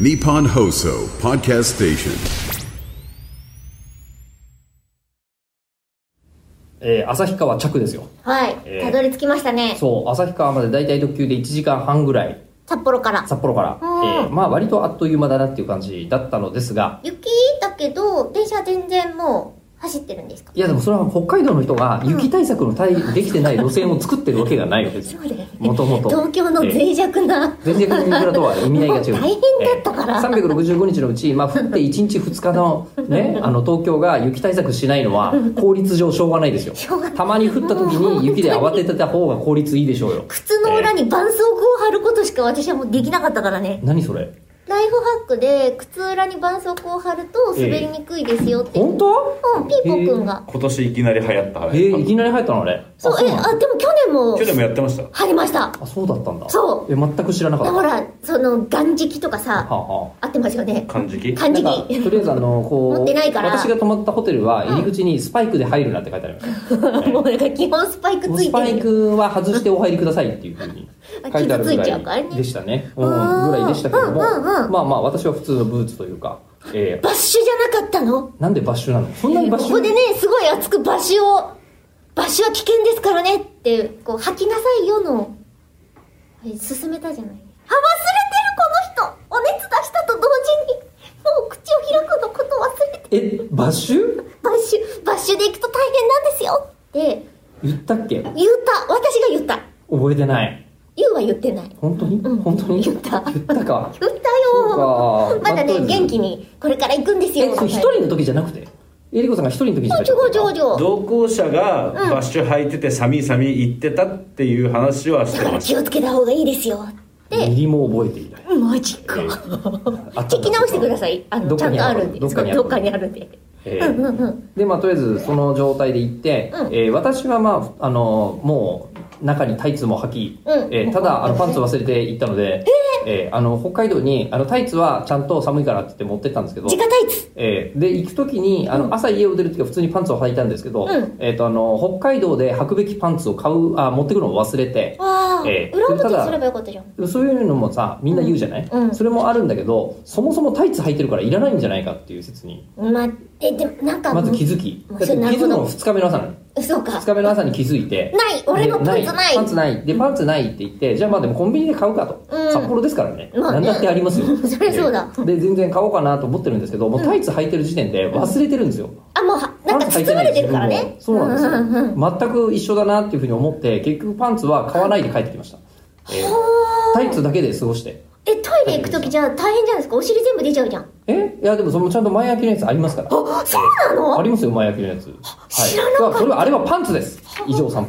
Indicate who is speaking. Speaker 1: Nippon Hoso Podcast Station.
Speaker 2: えー、旭川着ですよ
Speaker 3: はい、
Speaker 2: えー
Speaker 3: たどり着きましたね
Speaker 2: そう旭川まで大体特急で1時間半ぐらい
Speaker 3: 札幌から
Speaker 2: 札幌から、
Speaker 3: うん
Speaker 2: えーまあ割とあっという間だなっていう感じだったのですが
Speaker 3: 雪だけど電車は全然もう走ってるんですか
Speaker 2: いやでもそれは北海道の人が雪対策の対、できてない路線を作ってるわけがないわけですよ
Speaker 3: そう だよね
Speaker 2: もともと
Speaker 3: 東京の脆弱な、
Speaker 2: 全然国民とは 意味合いが違う
Speaker 3: もう大変だったから
Speaker 2: えー365日のうち、まあ、降って1日2日の,、ね、あの東京が雪対策しないのは効率上しょうがないですよ
Speaker 3: しょうがない
Speaker 2: たまに降った時に雪で慌ててた方が効率いいでしょうよ
Speaker 3: 靴の裏に絆創膏を貼ることしか私はもうできなかったからね
Speaker 2: 何それ
Speaker 3: ライフハックで靴裏に絆創膏を貼ると滑りにくいですよって、
Speaker 2: 本当
Speaker 3: うんピーポくんが
Speaker 4: 今年いきなり流行った
Speaker 2: えー、いきなり入ったのあれ
Speaker 3: そう
Speaker 2: あ
Speaker 3: え
Speaker 2: なの
Speaker 3: あでも去年も
Speaker 4: 去年もやってました
Speaker 3: 貼りました
Speaker 2: あそうだったんだ
Speaker 3: そう
Speaker 2: え全く知らなかっ
Speaker 3: だ
Speaker 2: た
Speaker 3: か
Speaker 2: は
Speaker 3: らその断食とかさ
Speaker 2: あ、は
Speaker 3: 合ってますよね
Speaker 4: 漢字記
Speaker 2: あ、
Speaker 3: 漢字
Speaker 2: なんか
Speaker 3: に
Speaker 2: とりあえずあのこう
Speaker 3: 持ってないから
Speaker 2: 私が泊まったホテルは入り口にスパイクで入るなって書いてありま した
Speaker 3: もうなんか基本スパイクつ
Speaker 2: ス
Speaker 3: いて
Speaker 2: パ
Speaker 3: る
Speaker 2: イクは外してお入りくださいっていうふうに書いてあるぐ
Speaker 3: 傷ついちゃうからら
Speaker 2: い
Speaker 3: ね
Speaker 2: でしたねうん
Speaker 3: あー
Speaker 2: ぐらいでしたけども、
Speaker 3: うんうんうん
Speaker 2: まあまあ私は普通のブーツというか、え
Speaker 3: バッシュじゃなかった
Speaker 2: ー、
Speaker 3: の
Speaker 2: なんでバッシュなのそんなにバッシュ
Speaker 3: ここでねすごい熱く場所を場所は危険ですからねってこう吐きなさいよのはい進めたじゃないあ忘れてるこの人お熱出したと同時にもう口を開くのこと忘れて
Speaker 2: えバッシュ
Speaker 3: バッシュバッシュで行くと大変なんですよって
Speaker 2: 言ったっけ
Speaker 3: 言った私が言った
Speaker 2: 覚えてない
Speaker 3: 言うは言ってない
Speaker 2: 本当に、
Speaker 3: うん
Speaker 2: 本当に
Speaker 3: 言った
Speaker 2: 言ったか
Speaker 3: 言った
Speaker 2: そ
Speaker 3: よ
Speaker 2: うか
Speaker 3: まだ
Speaker 2: まあとりあえず
Speaker 3: ね元気にこれから行くんです
Speaker 2: え
Speaker 3: よ
Speaker 2: それ一人の時じゃなくてえりこさんが一人の時じゃなくて
Speaker 3: ちょこちょこちょこ
Speaker 4: 同行者がバッシュ履いてて寒い寒い言ってたっていう話はし
Speaker 3: だ
Speaker 4: て
Speaker 3: から
Speaker 4: まし
Speaker 3: 気
Speaker 4: た
Speaker 3: をつけた方がいいですよって
Speaker 2: ミリも覚えていない
Speaker 3: マジか聞き直してくださいあの
Speaker 2: どっ
Speaker 3: ち
Speaker 2: か
Speaker 3: ゃん
Speaker 2: に
Speaker 3: とあ
Speaker 2: ある
Speaker 3: るんで
Speaker 2: どっかにある
Speaker 3: どっかにあるんで
Speaker 2: え
Speaker 3: う
Speaker 2: ー
Speaker 3: んうんうん
Speaker 2: でまあとりあえずその状態で行って、
Speaker 3: うん
Speaker 2: えー私はまああのもう中にタイツも履き、
Speaker 3: うん
Speaker 2: えーただあのパンツ忘れて行ったので、えーあの北海道にあのタイツはちゃんと寒いからって言って持ってったんですけど
Speaker 3: 自、家タイツ
Speaker 2: えーで行く時にあの、朝家を出る時は普通にパンツを履いたんですけど、
Speaker 3: うん
Speaker 2: えー、とあの北海道で履くべきパンツを買うあ持ってくのを忘れて、
Speaker 3: ああ、
Speaker 2: ええ
Speaker 3: 裏表
Speaker 2: た
Speaker 3: に
Speaker 2: だ
Speaker 3: すればよかったじゃん
Speaker 2: そういうのもさみんな言うじゃない、
Speaker 3: うんうん
Speaker 2: それもあるんだけどそもそもタイツ履いてるからいらないんじゃないかっていう説に
Speaker 3: まえでもなんか
Speaker 2: まず気づき
Speaker 3: も
Speaker 2: だ
Speaker 3: う
Speaker 2: って気
Speaker 3: なる
Speaker 2: づ
Speaker 3: ほ
Speaker 2: く
Speaker 3: ど
Speaker 2: の2日目の朝なの
Speaker 3: そうか
Speaker 2: 2日目の朝に気づいて
Speaker 3: ない俺のパンツない
Speaker 2: パンツないでパンツないって言ってじゃあまあでもコンビニで買うかと、
Speaker 3: うん
Speaker 2: 札幌ですからね、
Speaker 3: まあね
Speaker 2: 何だってありますよ
Speaker 3: そりゃそうだ
Speaker 2: で全然買おうかなと思ってるんですけどもうタイツ履いてる時点で忘れてるんですよ、
Speaker 3: あもうはなん
Speaker 2: パ
Speaker 3: か
Speaker 2: ンツ履い
Speaker 3: 包ま
Speaker 2: ない
Speaker 3: れてるからね
Speaker 2: 自分もそうなんですよ、
Speaker 3: うう
Speaker 2: 全く一緒だなっていうふうに思って結局パンツは買わないで帰ってきました、えータイツだけで過ごして
Speaker 3: えトイレ行く時じゃあ大変じゃないですかお尻全部出ちゃうじゃん
Speaker 2: えいやでもそのちゃんと前開きのやつありますから
Speaker 3: あそうな
Speaker 2: あ
Speaker 3: の
Speaker 2: りますよ前開きのやつはい
Speaker 3: 知らなかった
Speaker 2: それはあれはパンツです以上3分